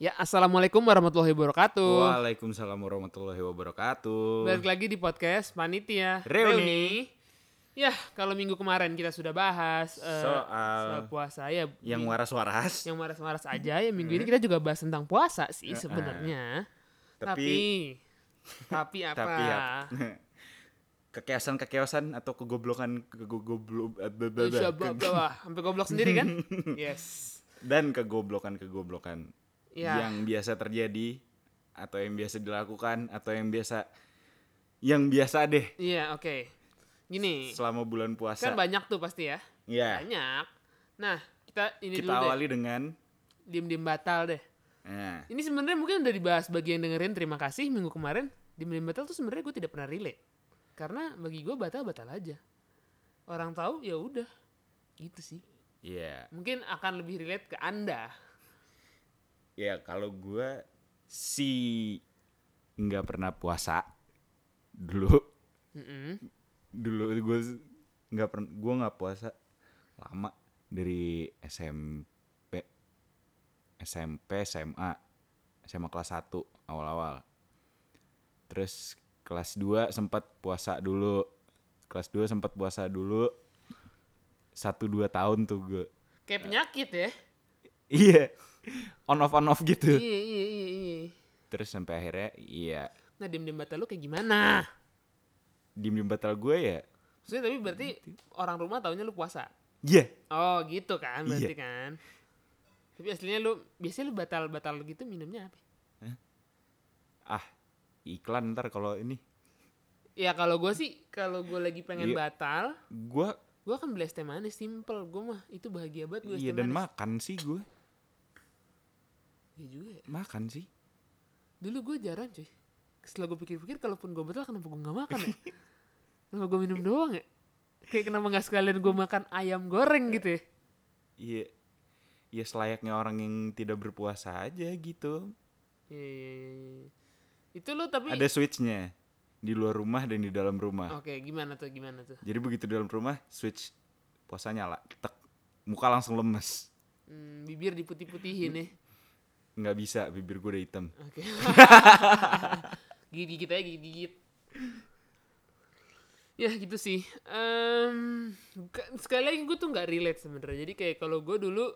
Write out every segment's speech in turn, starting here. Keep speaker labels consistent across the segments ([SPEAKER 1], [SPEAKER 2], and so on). [SPEAKER 1] Ya, assalamualaikum warahmatullahi wabarakatuh.
[SPEAKER 2] Waalaikumsalam warahmatullahi wabarakatuh.
[SPEAKER 1] Balik lagi di podcast Panitia
[SPEAKER 2] Reuni.
[SPEAKER 1] Ya, kalau minggu kemarin kita sudah bahas eh,
[SPEAKER 2] Soal-
[SPEAKER 1] soal puasa ya.
[SPEAKER 2] Yang
[SPEAKER 1] ming-
[SPEAKER 2] waras-waras,
[SPEAKER 1] yang waras-waras aja. Ya minggu ini kita juga bahas tentang puasa sih
[SPEAKER 2] Eh,
[SPEAKER 1] sebenarnya.
[SPEAKER 2] tapi
[SPEAKER 1] tapi tapi apa?
[SPEAKER 2] tapi kekeosan-kekeosan atau kegoblokan kegoblok eh,
[SPEAKER 1] Insya Allah, bawah. ah, sampai goblok sendiri kan? yes.
[SPEAKER 2] dan kegoblokan-kegoblokan
[SPEAKER 1] Ya.
[SPEAKER 2] yang biasa terjadi atau yang biasa dilakukan atau yang biasa yang biasa deh
[SPEAKER 1] Iya, oke. Gini,
[SPEAKER 2] selama bulan puasa.
[SPEAKER 1] kan banyak tuh pasti ya.
[SPEAKER 2] ya,
[SPEAKER 1] Banyak. Nah, kita ini
[SPEAKER 2] kita
[SPEAKER 1] dulu deh.
[SPEAKER 2] awali dengan
[SPEAKER 1] Diem-diem batal deh.
[SPEAKER 2] nah,
[SPEAKER 1] Ini sebenarnya mungkin udah dibahas bagi yang dengerin terima kasih minggu kemarin di Milim Batal tuh sebenarnya gue tidak pernah relate karena bagi gue batal batal aja orang tahu ya udah gitu sih
[SPEAKER 2] ya,
[SPEAKER 1] mungkin akan lebih relate ke anda
[SPEAKER 2] ya kalau gua si nggak pernah puasa dulu
[SPEAKER 1] Mm-mm.
[SPEAKER 2] dulu gue nggak pernah gue nggak puasa lama dari SMP SMP SMA SMA kelas 1 awal-awal terus kelas 2 sempat puasa dulu kelas 2 sempat puasa dulu satu dua tahun tuh gue
[SPEAKER 1] kayak penyakit ya
[SPEAKER 2] iya on off on off gitu
[SPEAKER 1] iya iya iya iya
[SPEAKER 2] terus sampai akhirnya iya
[SPEAKER 1] nah diem diem batal lu kayak gimana
[SPEAKER 2] diem diem batal gue ya
[SPEAKER 1] Maksudnya tapi berarti orang rumah taunya lu puasa
[SPEAKER 2] iya
[SPEAKER 1] oh gitu kan berarti kan tapi aslinya lu biasanya lu batal batal gitu minumnya apa
[SPEAKER 2] ah iklan ntar kalau ini
[SPEAKER 1] ya kalau gue sih kalau gue lagi pengen
[SPEAKER 2] Iya.
[SPEAKER 1] batal
[SPEAKER 2] gue
[SPEAKER 1] Gue akan beli es kan teh manis simple, gue mah itu bahagia banget gue es
[SPEAKER 2] Iya
[SPEAKER 1] teh
[SPEAKER 2] dan
[SPEAKER 1] manis.
[SPEAKER 2] makan sih gue
[SPEAKER 1] Iya juga ya.
[SPEAKER 2] Makan sih
[SPEAKER 1] Dulu gue jarang cuy. Setelah gue pikir-pikir, kalaupun gue batal kenapa gue gak makan ya? kenapa gue minum doang ya? Kayak kenapa gak sekalian gue makan ayam goreng gitu ya?
[SPEAKER 2] Iya Ya selayaknya orang yang tidak berpuasa aja gitu
[SPEAKER 1] Iya, iya, iya, iya. Itu lo tapi...
[SPEAKER 2] Ada switchnya Di luar rumah dan di dalam rumah
[SPEAKER 1] Oke, gimana tuh, gimana tuh?
[SPEAKER 2] Jadi begitu dalam rumah switch puasa nyala Tek Muka langsung lemes
[SPEAKER 1] Hmm, bibir diputih-putihin ya.
[SPEAKER 2] nggak bisa bibir gue udah hitam
[SPEAKER 1] Oke. gigit-gigit aja, gigit-gigit. Ya gitu sih. Em, ka- sekali lagi gue tuh nggak relate sebenarnya. Jadi kayak kalau gue dulu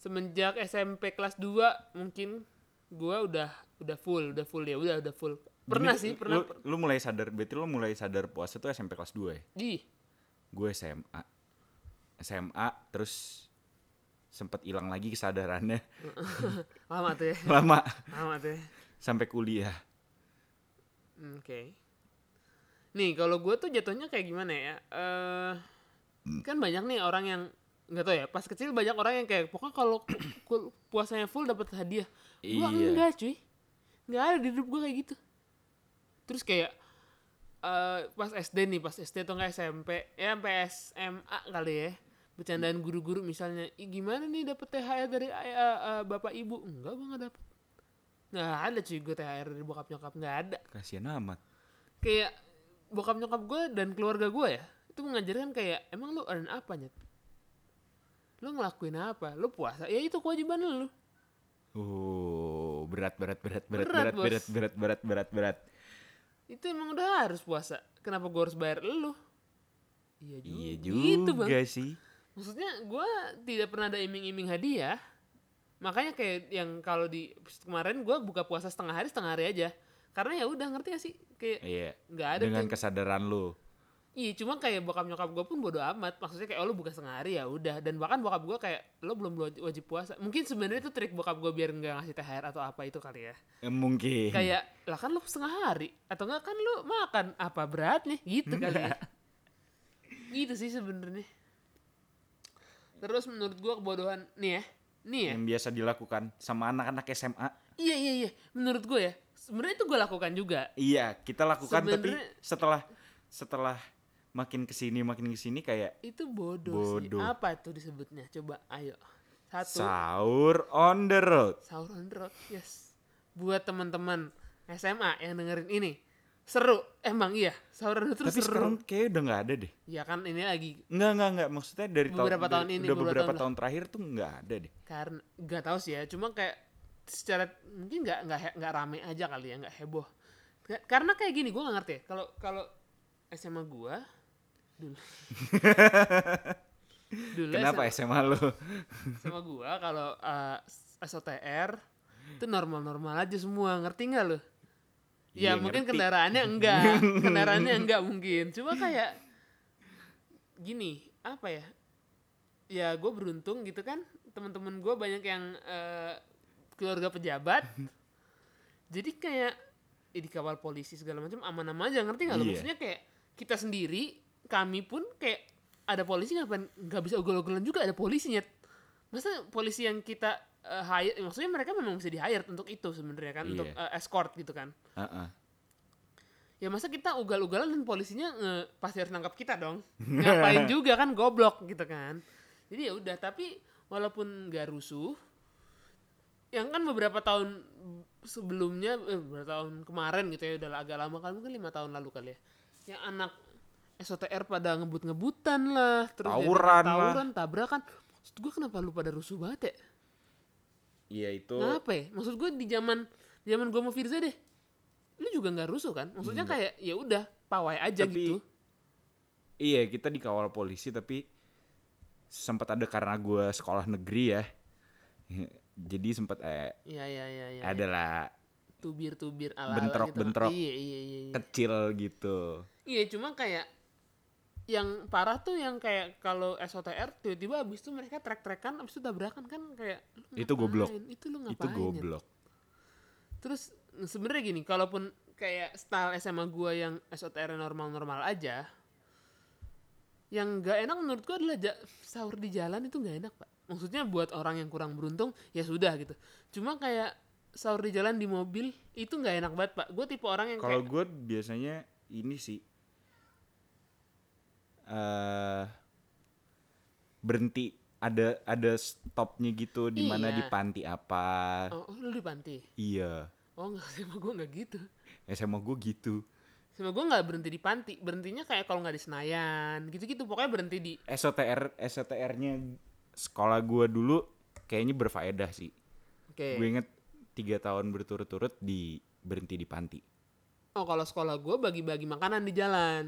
[SPEAKER 1] semenjak SMP kelas 2 mungkin gue udah udah full, udah full ya, udah udah full. Pernah
[SPEAKER 2] Jadi,
[SPEAKER 1] sih, pernah.
[SPEAKER 2] lu, lu mulai sadar Berarti lu mulai sadar puasa tuh SMP kelas 2 ya
[SPEAKER 1] Di.
[SPEAKER 2] Gue SMA SMA terus sempet hilang lagi kesadarannya
[SPEAKER 1] Lama tuh ya.
[SPEAKER 2] lama
[SPEAKER 1] Lama tuh ya.
[SPEAKER 2] sampai kuliah
[SPEAKER 1] Hmm, Oke. Nih kalau gue tuh jatuhnya kayak gimana ya? Eh kan banyak nih orang yang nggak tau ya. Pas kecil banyak orang yang kayak pokoknya kalau ku- ku- puasanya full dapat hadiah. Gue
[SPEAKER 2] Iya.
[SPEAKER 1] enggak cuy, nggak ada di hidup gue kayak gitu. Terus kayak eh pas SD nih, pas SD atau nggak SMP, ya sampai SMA kali ya. Bercandaan guru-guru misalnya, "Ih, gimana nih dapat THR dari ay- eh, eh, bapak ibu? Enggak, gue nggak dapet. Nggak ada cuy gue THR dari bokap nyokap, nggak ada
[SPEAKER 2] Kasian amat
[SPEAKER 1] kayak bokap nyokap gue dan keluarga gue ya itu mengajarkan kayak emang lu earn apa nyet lu ngelakuin apa lu puasa ya itu kewajiban lu
[SPEAKER 2] Oh, berat berat berat berat
[SPEAKER 1] Berat,
[SPEAKER 2] berat
[SPEAKER 1] Bos.
[SPEAKER 2] berat berat berat berat berat.
[SPEAKER 1] itu emang udah harus puasa kenapa gue harus bayar lu iya juga,
[SPEAKER 2] Iya
[SPEAKER 1] Gitu,
[SPEAKER 2] juga
[SPEAKER 1] bang
[SPEAKER 2] sih.
[SPEAKER 1] maksudnya gue tidak pernah ada iming-iming hadiah makanya kayak yang kalau di kemarin gue buka puasa setengah hari setengah hari aja karena ya udah ngerti gak sih kayak
[SPEAKER 2] Iya.
[SPEAKER 1] nggak ada
[SPEAKER 2] Dengan
[SPEAKER 1] tuh.
[SPEAKER 2] kesadaran lu.
[SPEAKER 1] Iya, cuma kayak bokap nyokap gue pun bodo amat. Maksudnya kayak oh, lu buka setengah hari ya udah. Dan bahkan bokap gue kayak lo belum waj- wajib puasa. Mungkin sebenarnya itu trik bokap gue biar nggak ngasih THR atau apa itu kali ya.
[SPEAKER 2] Eh, Mungkin.
[SPEAKER 1] Kayak lah kan lu setengah hari atau enggak kan lu makan apa berat nih gitu kali ya. Gitu sih sebenarnya. Terus menurut gue kebodohan nih ya. Nih ya.
[SPEAKER 2] yang biasa dilakukan sama anak-anak SMA.
[SPEAKER 1] Iya iya iya. Menurut gue ya. Sebenarnya itu gue lakukan juga.
[SPEAKER 2] Iya, kita lakukan
[SPEAKER 1] Sebenarnya-
[SPEAKER 2] tapi setelah setelah makin kesini makin kesini kayak
[SPEAKER 1] Itu bodoh,
[SPEAKER 2] Bodoh.
[SPEAKER 1] sih. Apa tuh disebutnya? Coba ayo. Satu.
[SPEAKER 2] sahur on the road.
[SPEAKER 1] Sahur on the road, yes. Buat teman-teman SMA yang dengerin ini, seru. Emang iya, sahur on the road
[SPEAKER 2] tapi
[SPEAKER 1] seru.
[SPEAKER 2] sekarang kayak udah nggak ada deh.
[SPEAKER 1] Ya kan ini lagi
[SPEAKER 2] Nggak nggak nggak maksudnya dari
[SPEAKER 1] Beberapa
[SPEAKER 2] dari-
[SPEAKER 1] tahun ini,
[SPEAKER 2] udah
[SPEAKER 1] beberapa
[SPEAKER 2] beberapa
[SPEAKER 1] tahun
[SPEAKER 2] tahun terakhir tuh nggak ada deh.
[SPEAKER 1] karena nggak tahu sih ya, cuma kayak secara mungkin nggak nggak he- nggak rame aja kali ya nggak heboh Ka- karena kayak gini gue nggak ngerti ya, kalau kalau SMA gue dulu dulu
[SPEAKER 2] Kenapa SMA lu?
[SPEAKER 1] sama gua kalau uh, SOTR itu normal-normal aja semua ngerti nggak lo? Ya
[SPEAKER 2] Iya,
[SPEAKER 1] mungkin
[SPEAKER 2] ngerti.
[SPEAKER 1] kendaraannya enggak, kendaraannya enggak mungkin. Cuma kayak gini apa ya? Ya gue beruntung gitu kan teman-teman gue banyak yang eh, keluarga pejabat. Jadi kayak ya dikawal polisi segala macam aman-aman aja ngerti nggak lo?
[SPEAKER 2] Iya.
[SPEAKER 1] Maksudnya kayak kita sendiri kami pun kayak ada polisi ngapain nggak bisa ogol-ogolan juga ada polisinya maksudnya polisi yang kita eh, hire maksudnya mereka memang bisa di hire untuk itu sebenarnya kan untuk
[SPEAKER 2] Iya.
[SPEAKER 1] eh, escort gitu kan
[SPEAKER 2] Heeh.
[SPEAKER 1] ya masa kita ugal-ugalan dan polisinya nge- pasti harus nangkap kita dong ngapain juga kan goblok gitu kan jadi ya udah tapi walaupun gak rusuh yang kan beberapa tahun sebelumnya eh, beberapa tahun kemarin gitu ya udah agak lama kali mungkin lima tahun lalu kali ya yang anak SOTR pada ngebut-ngebutan lah terus jadi
[SPEAKER 2] Tawuran lah.
[SPEAKER 1] tawuran tabrakan maksud gue kenapa lu pada rusuh banget ya
[SPEAKER 2] Iya itu.
[SPEAKER 1] Kenapa ya? Maksud gue di zaman zaman gue mau Firza deh. Lu juga nggak rusuh kan? Maksudnya kayak ya udah pawai aja
[SPEAKER 2] Tapi-
[SPEAKER 1] gitu.
[SPEAKER 2] Iya kita dikawal polisi tapi sempat ada karena gue sekolah negeri ya. Jadi sempat eh,
[SPEAKER 1] Iya iya iya iya.
[SPEAKER 2] adalah
[SPEAKER 1] tubir-tubir ala
[SPEAKER 2] Bentrok-bentrok.
[SPEAKER 1] Iya iya iya. iya.
[SPEAKER 2] kecil gitu.
[SPEAKER 1] Iya cuma kayak yang parah tuh yang kayak kalau SOTR tiba-tiba abis itu mereka trek-trekan abis itu tabrakan kan kayak lu
[SPEAKER 2] Itu goblok.
[SPEAKER 1] ngapain? Itu lu ngapain?
[SPEAKER 2] Itu
[SPEAKER 1] ya?
[SPEAKER 2] goblok.
[SPEAKER 1] Terus nah, sebenarnya gini, kalaupun kayak style SMA gua yang SOTR normal-normal aja, yang nggak enak menurut gua adalah ja- sahur di jalan itu nggak enak pak. Maksudnya buat orang yang kurang beruntung ya sudah gitu. Cuma kayak sahur di jalan di mobil itu nggak enak banget pak. Gue tipe orang yang
[SPEAKER 2] Kalau
[SPEAKER 1] kayak
[SPEAKER 2] gue biasanya ini sih eh berhenti ada ada stopnya gitu di mana
[SPEAKER 1] Iya.
[SPEAKER 2] di panti apa.
[SPEAKER 1] oh, oh, lu di panti.
[SPEAKER 2] Iya.
[SPEAKER 1] Oh nggak sama gue nggak gitu.
[SPEAKER 2] SMA gue gitu.
[SPEAKER 1] Sama gue nggak berhenti di panti. Berhentinya kayak kalau nggak di Senayan gitu-gitu. Pokoknya berhenti di
[SPEAKER 2] SOTR SOTR-nya sekolah gue dulu kayaknya berfaedah sih.
[SPEAKER 1] oke.
[SPEAKER 2] Gue inget tiga tahun berturut-turut di berhenti di panti.
[SPEAKER 1] Oh kalau sekolah gue bagi-bagi makanan di jalan.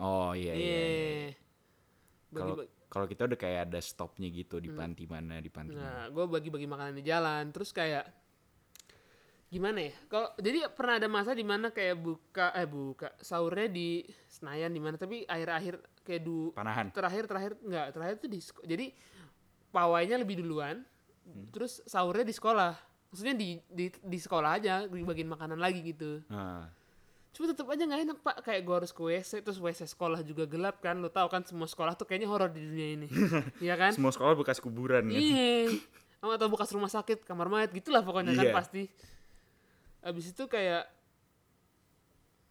[SPEAKER 2] Oh iya iya. iya.
[SPEAKER 1] Iya.
[SPEAKER 2] Kalau
[SPEAKER 1] Bagi-bagi-
[SPEAKER 2] kalau kita udah kayak ada stopnya gitu di panti mana di panti mana.
[SPEAKER 1] Hmm. Nah, gue bagi-bagi makanan di jalan, terus kayak gimana ya? Kalau jadi pernah ada masa di mana kayak buka eh buka sahurnya di Senayan di mana, tapi akhir-akhir kayak du
[SPEAKER 2] Panahan.
[SPEAKER 1] terakhir terakhir nggak terakhir tuh di sek- jadi pawainya lebih duluan,
[SPEAKER 2] Hmm.
[SPEAKER 1] terus sahurnya di sekolah, maksudnya di di di sekolah aja dibagiin makanan lagi gitu.
[SPEAKER 2] Nah,
[SPEAKER 1] Cuma tetap aja nggak enak pak, kayak gue harus ke WC, terus WC sekolah juga gelap kan, lo tau kan semua sekolah tuh kayaknya horor di dunia ini, Iya kan?
[SPEAKER 2] Semua sekolah bekas kuburan ya.
[SPEAKER 1] Iya. Sama atau bekas rumah sakit, kamar mayat gitulah pokoknya kan
[SPEAKER 2] Iya.
[SPEAKER 1] pasti. Abis itu kayak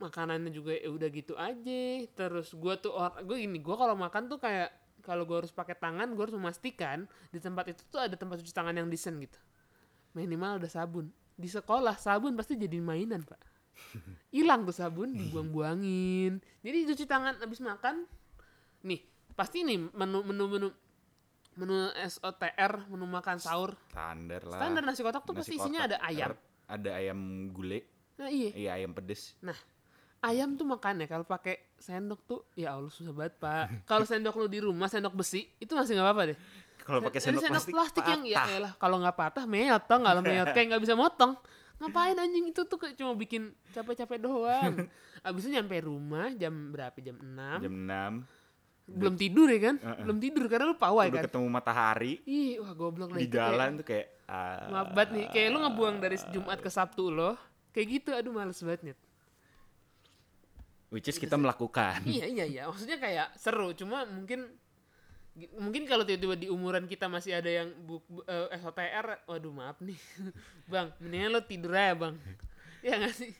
[SPEAKER 1] makanannya juga ya udah gitu aja. Terus gua tuh orang gue gini, gua kalau makan tuh kayak kalau gua harus pakai tangan, gua harus memastikan di tempat itu tuh ada tempat cuci tangan yang decent gitu. Minimal ada sabun. Di sekolah sabun pasti jadi mainan, Pak. Hilang tuh sabun, dibuang-buangin. Jadi cuci tangan abis makan. Nih, pasti nih menu-menu menu SOTR, menu makan sahur.
[SPEAKER 2] Standar lah.
[SPEAKER 1] Standar nasi kotak tuh
[SPEAKER 2] Nasi
[SPEAKER 1] pasti isinya ada
[SPEAKER 2] kotak,
[SPEAKER 1] ayam.
[SPEAKER 2] er, Ada ayam gulai,
[SPEAKER 1] Nah, iya.
[SPEAKER 2] iya ayam pedes.
[SPEAKER 1] Nah, ayam tuh makannya kalau pakai sendok tuh ya Allah susah banget, Pak. Kalau sendok lu di rumah sendok besi itu masih nggak apa-apa deh.
[SPEAKER 2] Kalau pakai
[SPEAKER 1] Jadi
[SPEAKER 2] sendok, plastik,
[SPEAKER 1] yang ya
[SPEAKER 2] patah.
[SPEAKER 1] elah kalau nggak patah meyot tau nggak lo meyot kayak nggak bisa motong. Ngapain anjing itu tuh kayak cuma bikin capek-capek doang. Abis itu nyampe rumah jam berapa? Jam 6.
[SPEAKER 2] jam 6
[SPEAKER 1] Belum tidur ya kan? Belum tidur karena lu pawai
[SPEAKER 2] udah
[SPEAKER 1] kan.
[SPEAKER 2] ketemu matahari
[SPEAKER 1] Ih, wah goblok lah Nah,
[SPEAKER 2] di
[SPEAKER 1] itu kayak-
[SPEAKER 2] jalan tuh kayak ah,
[SPEAKER 1] Maaf banget nih, kayak lu ngebuang dari Jumat ke Sabtu lo. Kayak gitu, aduh males banget Nyet.
[SPEAKER 2] which is
[SPEAKER 1] Gitu
[SPEAKER 2] kita melakukan.
[SPEAKER 1] Iya, iya, iya. Maksudnya kayak seru, cuma mungkin mungkin kalau tiba-tiba di umuran kita masih ada yang bu, bu- eh, SOTR, waduh maaf nih. bang, mendingan lo tidur aja, Bang. Iya gak sih?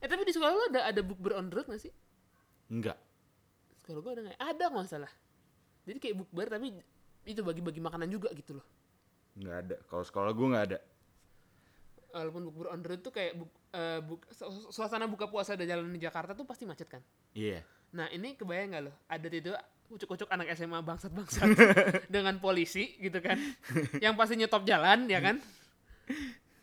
[SPEAKER 1] Eh tapi di sekolah lo ada ada book on drug gak sih?
[SPEAKER 2] Enggak.
[SPEAKER 1] Sekolah gua ada gak? Ada kalau nggak salah. Jadi kayak bukber tapi itu bagi-bagi makanan juga gitu loh.
[SPEAKER 2] Enggak ada. Kalau sekolah gue enggak ada.
[SPEAKER 1] Walaupun bukber on drug tuh kayak buk, eh, buk- su- suasana buka puasa ada jalan di Jakarta tuh pasti macet kan.
[SPEAKER 2] Iya.
[SPEAKER 1] Nah ini kebayang gak lo? Ada itu ucuk-ucuk anak SMA bangsat-bangsat dengan polisi gitu kan yang pasti nyetop jalan ya kan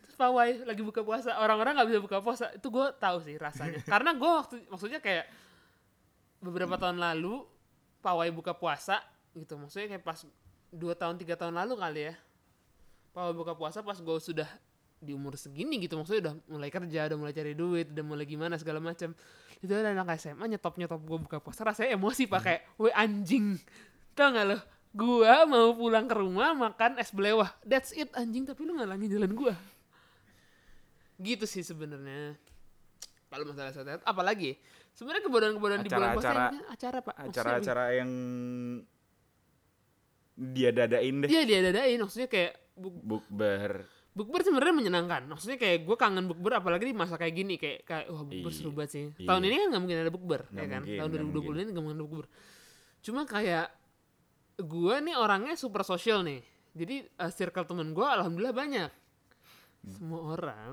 [SPEAKER 1] terus pawai lagi buka puasa orang-orang nggak bisa buka puasa itu gue tahu sih rasanya karena gue waktu maksudnya kayak beberapa tahun lalu pawai buka puasa gitu maksudnya kayak pas dua tahun tiga tahun lalu kali ya pawai buka puasa pas gue sudah di umur segini gitu maksudnya udah mulai kerja udah mulai cari duit udah mulai gimana segala macam itu ada anak SMA nyetop nyetop gue buka puasa rasanya emosi
[SPEAKER 2] Hmm.
[SPEAKER 1] pakai we anjing tau gak lo gua mau pulang ke rumah makan es belewah that's it anjing tapi lu ngalangin jalan gua gitu sih sebenarnya kalau masalah sehat apalagi sebenarnya kebodohan-kebodohan di bulan puasa
[SPEAKER 2] Acara-acara-
[SPEAKER 1] ini acara pak Maksudnya
[SPEAKER 2] acara-acara yang dia dadain deh
[SPEAKER 1] Iya dia dadain maksudnya kayak bu-
[SPEAKER 2] bukber
[SPEAKER 1] bukber sebenarnya menyenangkan. Maksudnya kayak gue kangen bukber apalagi di masa kayak gini kayak kayak wah bukber
[SPEAKER 2] Iya.
[SPEAKER 1] seru banget sih.
[SPEAKER 2] Iya.
[SPEAKER 1] Tahun ini kan nggak mungkin ada bukber
[SPEAKER 2] Nggak
[SPEAKER 1] ya kan.
[SPEAKER 2] mungkin,
[SPEAKER 1] Tahun
[SPEAKER 2] nggak
[SPEAKER 1] 2020 ini nggak mungkin ada bukber. Cuma kayak gue nih orangnya super sosial nih. Jadi eh, circle temen gue alhamdulillah banyak.
[SPEAKER 2] Hmm.
[SPEAKER 1] Semua orang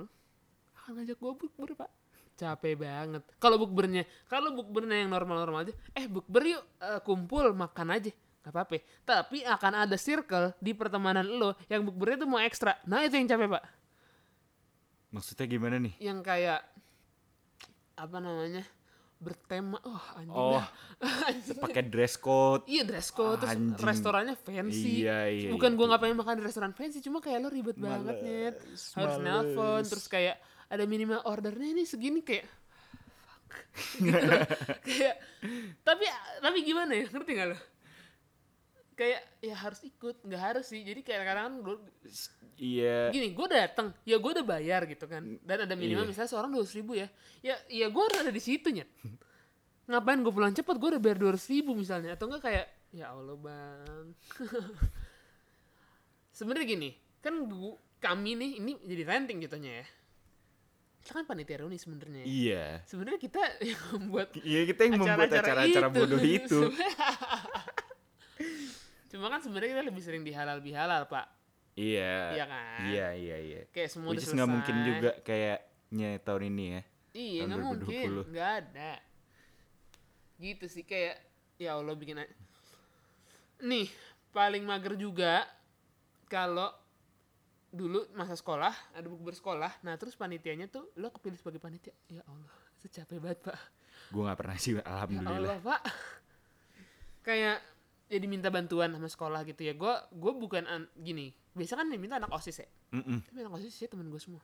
[SPEAKER 1] akan ngajak gue bukber pak. Capek banget. Kalau bukbernya, kalau bukbernya yang normal-normal aja, eh bukber yuk eh, kumpul makan aja. Gak apa-apa. Tapi akan ada circle di pertemanan lo yang bukbernya tuh mau ekstra. Nah itu yang capek pak
[SPEAKER 2] maksudnya gimana nih
[SPEAKER 1] yang kayak apa namanya bertema oh anjing
[SPEAKER 2] Oh.
[SPEAKER 1] dah. Anjing dah.
[SPEAKER 2] pakai dress code
[SPEAKER 1] iya dress code terus
[SPEAKER 2] Anjing.
[SPEAKER 1] restorannya fancy
[SPEAKER 2] Iya, iya,
[SPEAKER 1] bukan
[SPEAKER 2] iya.
[SPEAKER 1] gua nggak pengen makan di restoran fancy cuma kayak lo ribet banget
[SPEAKER 2] Males,
[SPEAKER 1] nyet harus
[SPEAKER 2] males.
[SPEAKER 1] nelpon terus kayak ada minimal ordernya ini segini kayak fuck. Gitu loh. kayak tapi tapi gimana ya ngerti gak lo kayak ya harus ikut nggak harus sih jadi kayak kadang-kadang gua-
[SPEAKER 2] iya
[SPEAKER 1] gini gue datang ya gue udah bayar gitu kan dan ada minimal
[SPEAKER 2] Iya.
[SPEAKER 1] misalnya seorang dua ribu ya ya ya gue harus ada di situ nyet ngapain gue pulang cepet gue udah bayar dua ribu misalnya atau enggak kayak ya allah bang sebenarnya gini kan gua, kami nih ini jadi ranting jatuhnya ya kita kan panitia reuni sebenarnya ya.
[SPEAKER 2] iya
[SPEAKER 1] sebenarnya kita yang membuat
[SPEAKER 2] iya kita yang membuat acara-acara bodoh itu
[SPEAKER 1] cuma kan sebenarnya kita lebih sering dihalal bihalal pak
[SPEAKER 2] iya
[SPEAKER 1] Iya kan?
[SPEAKER 2] iya iya iya
[SPEAKER 1] kayak semua
[SPEAKER 2] which
[SPEAKER 1] udah
[SPEAKER 2] is nggak mungkin
[SPEAKER 1] selesai.
[SPEAKER 2] juga kayaknya tahun ini ya
[SPEAKER 1] Iya
[SPEAKER 2] Tahun
[SPEAKER 1] nggak mungkin,
[SPEAKER 2] 2020.
[SPEAKER 1] nggak ada. Gitu sih kayak ya Allah bikin. a- Nih paling mager juga kalau dulu masa sekolah ada buku bersekolah, nah terus panitianya tuh lo kepilih sebagai panitia. Ya Allah, itu capek banget pak.
[SPEAKER 2] gue nggak pernah sih
[SPEAKER 1] Ya
[SPEAKER 2] alhamdulillah
[SPEAKER 1] Allah pak. Kayak ya diminta bantuan sama sekolah gitu ya. Gue gue bukan an- gini. Biasa kan diminta anak osis ya.
[SPEAKER 2] Mm-mm.
[SPEAKER 1] Tapi anak osis sih temen gue semua.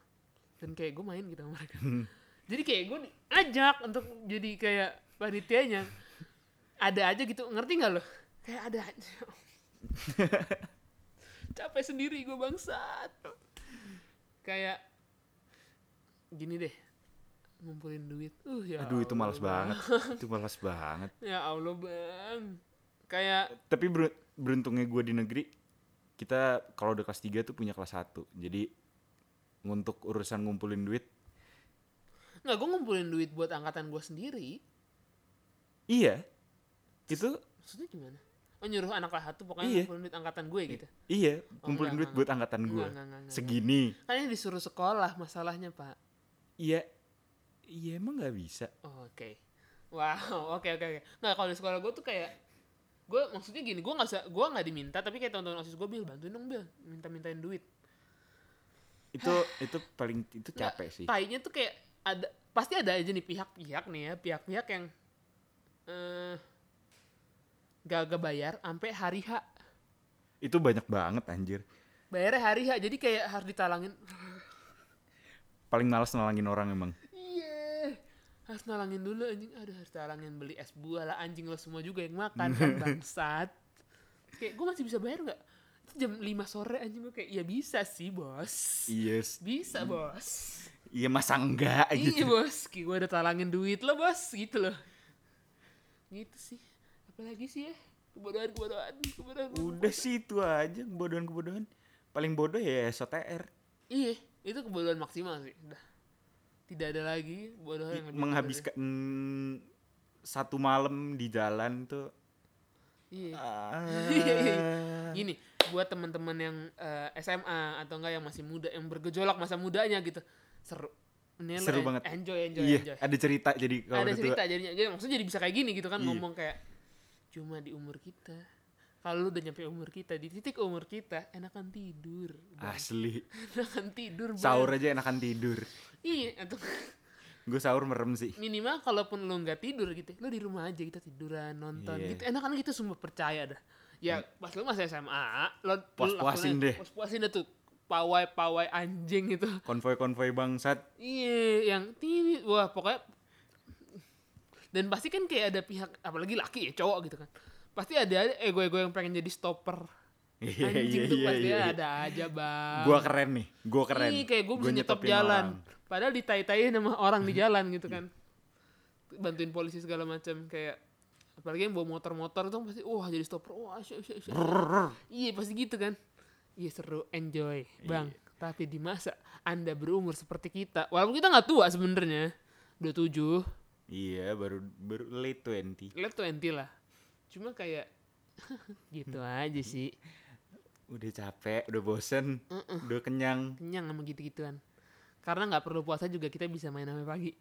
[SPEAKER 1] Dan kayak gue main gitu sama mereka.
[SPEAKER 2] Hmm.
[SPEAKER 1] jadi kayak gue diajak untuk jadi kayak panitianya. Ada aja gitu, ngerti nggak lo? Kayak ada aja. Capek sendiri gue bangsat. Kayak gini deh ngumpulin duit. Uh ya.
[SPEAKER 2] aduh itu
[SPEAKER 1] Allah,
[SPEAKER 2] malas banget itu malas banget
[SPEAKER 1] Bang. Ya Allah, Bang. Kayak
[SPEAKER 2] tapi beru- beruntungnya gue di negeri kita kalau udah kelas 3 tuh punya kelas 1 jadi untuk urusan ngumpulin duit
[SPEAKER 1] nggak gue ngumpulin duit buat angkatan gue sendiri.
[SPEAKER 2] iya itu
[SPEAKER 1] Maksudnya gimana? Oh nyuruh anak kelas satu pokoknya
[SPEAKER 2] Iya.
[SPEAKER 1] ngumpulin duit angkatan gue gitu.
[SPEAKER 2] iya
[SPEAKER 1] Oh,
[SPEAKER 2] ngumpulin
[SPEAKER 1] enggak,
[SPEAKER 2] duit
[SPEAKER 1] enggak,
[SPEAKER 2] buat angkatan
[SPEAKER 1] enggak,
[SPEAKER 2] gue
[SPEAKER 1] enggak, enggak, enggak.
[SPEAKER 2] segini
[SPEAKER 1] Kan ini disuruh sekolah masalahnya, Pak.
[SPEAKER 2] iya iya emang nggak bisa
[SPEAKER 1] Oh, oke. Wow, oke oke oke. Nah, kalau di sekolah gue tuh kayak gue maksudnya gini, gue nggak sa- gue nggak diminta tapi kayak tonton osis gue bil bantuin dong bil minta-mintain duit.
[SPEAKER 2] itu itu paling itu capek sih
[SPEAKER 1] Tainya tuh kayak ada pasti ada aja nih pihak-pihak nih ya, pihak-pihak yang eh gak, gak bayar sampai hari H.
[SPEAKER 2] itu banyak banget anjir
[SPEAKER 1] Bayarnya hari H jadi kayak harus ditalangin.
[SPEAKER 2] paling malas nalangin orang emang
[SPEAKER 1] Iya. Harus nalangin dulu anjing. Aduh harus nalangin beli es buah lah anjing lo semua juga yang makan kan bangsat. Kayak gue masih bisa bayar nggak? Itu jam 5 sore anjing gue kayak ya bisa sih bos.
[SPEAKER 2] yes
[SPEAKER 1] Bisa bos.
[SPEAKER 2] iya masa enggak
[SPEAKER 1] Iya
[SPEAKER 2] gitu
[SPEAKER 1] bos. Kayak gue udah talangin duit lo bos gitu loh. Gitu sih. Apalagi sih ya. Kebodohan, kebodohan, kebodohan.
[SPEAKER 2] udah sih itu aja kebodohan kebodohan paling bodoh ya SOTR
[SPEAKER 1] Iya, itu kebodohan maksimal sih. Udah. Tidak ada lagi bodohan yang lebih
[SPEAKER 2] menghabiskan satu malam di jalan
[SPEAKER 1] bodoh.
[SPEAKER 2] tuh
[SPEAKER 1] Iya.
[SPEAKER 2] ah.
[SPEAKER 1] gini buat teman-teman yang eh, SMA atau enggak yang masih muda yang bergejolak masa mudanya gitu seru Ini lo en-
[SPEAKER 2] Seru banget.
[SPEAKER 1] enjoy enjoy
[SPEAKER 2] iya
[SPEAKER 1] enjoy
[SPEAKER 2] ada cerita jadi kalau
[SPEAKER 1] ada
[SPEAKER 2] udah tua.
[SPEAKER 1] cerita jadinya jadi maksudnya jadi bisa kayak gini gitu kan
[SPEAKER 2] Iya.
[SPEAKER 1] ngomong kayak cuma di umur kita kalau lu udah nyampe umur kita di titik umur kita enakan tidur Bang.
[SPEAKER 2] Asli.
[SPEAKER 1] enakan tidur Bang.
[SPEAKER 2] Ah. Sahur aja enakan tidur.
[SPEAKER 1] iya atau
[SPEAKER 2] Gue sahur merem sih.
[SPEAKER 1] minimal kalaupun lu nggak tidur gitu lu di rumah aja kita tiduran nonton
[SPEAKER 2] Iya. Hmm.
[SPEAKER 1] gitu enakan kita semua percaya dah ya pas lu masih SMA lo lu
[SPEAKER 2] Puas-puasin
[SPEAKER 1] lakuin-
[SPEAKER 2] deh.
[SPEAKER 1] puas-puasin deh tuh pawai-pawai anjing itu
[SPEAKER 2] Konvoi-konvoi bangsat.
[SPEAKER 1] Iya, yang tini wah pokoknya dan pasti kan kayak ada pihak apalagi laki ya cowok gitu kan. Pasti ada ego-ego yang pengen jadi stopper.
[SPEAKER 2] Iya iya
[SPEAKER 1] Anjing tuh
[SPEAKER 2] iya.
[SPEAKER 1] pasti
[SPEAKER 2] iya.
[SPEAKER 1] ada aja, Bang.
[SPEAKER 2] Gua keren nih. Gua keren.
[SPEAKER 1] Ih, kayak gue
[SPEAKER 2] Gua
[SPEAKER 1] bisa nyetop
[SPEAKER 2] nyetopin
[SPEAKER 1] jalan.
[SPEAKER 2] orang. Hmm.
[SPEAKER 1] Padahal ditai-taiin sama orang di jalan gitu kan. Bantuin polisi segala macam kayak apalagi yang bawa motor-motor tuh pasti wah jadi stopper. Wah, syuk, syuk, syuk. Iya, pasti gitu kan. Iya seru, enjoy,
[SPEAKER 2] Iya.
[SPEAKER 1] Bang. Tapi di masa Anda berumur seperti kita, walaupun kita nggak tua sebenarnya, 27,
[SPEAKER 2] Iya, baru baru late 20.
[SPEAKER 1] late 20 lah. Cuma kayak gitu aja sih.
[SPEAKER 2] Udah capek, udah bosen, udah kenyang.
[SPEAKER 1] Kenyang sama gitu-gituan. Karena nggak perlu puasa juga kita bisa main sampai pagi.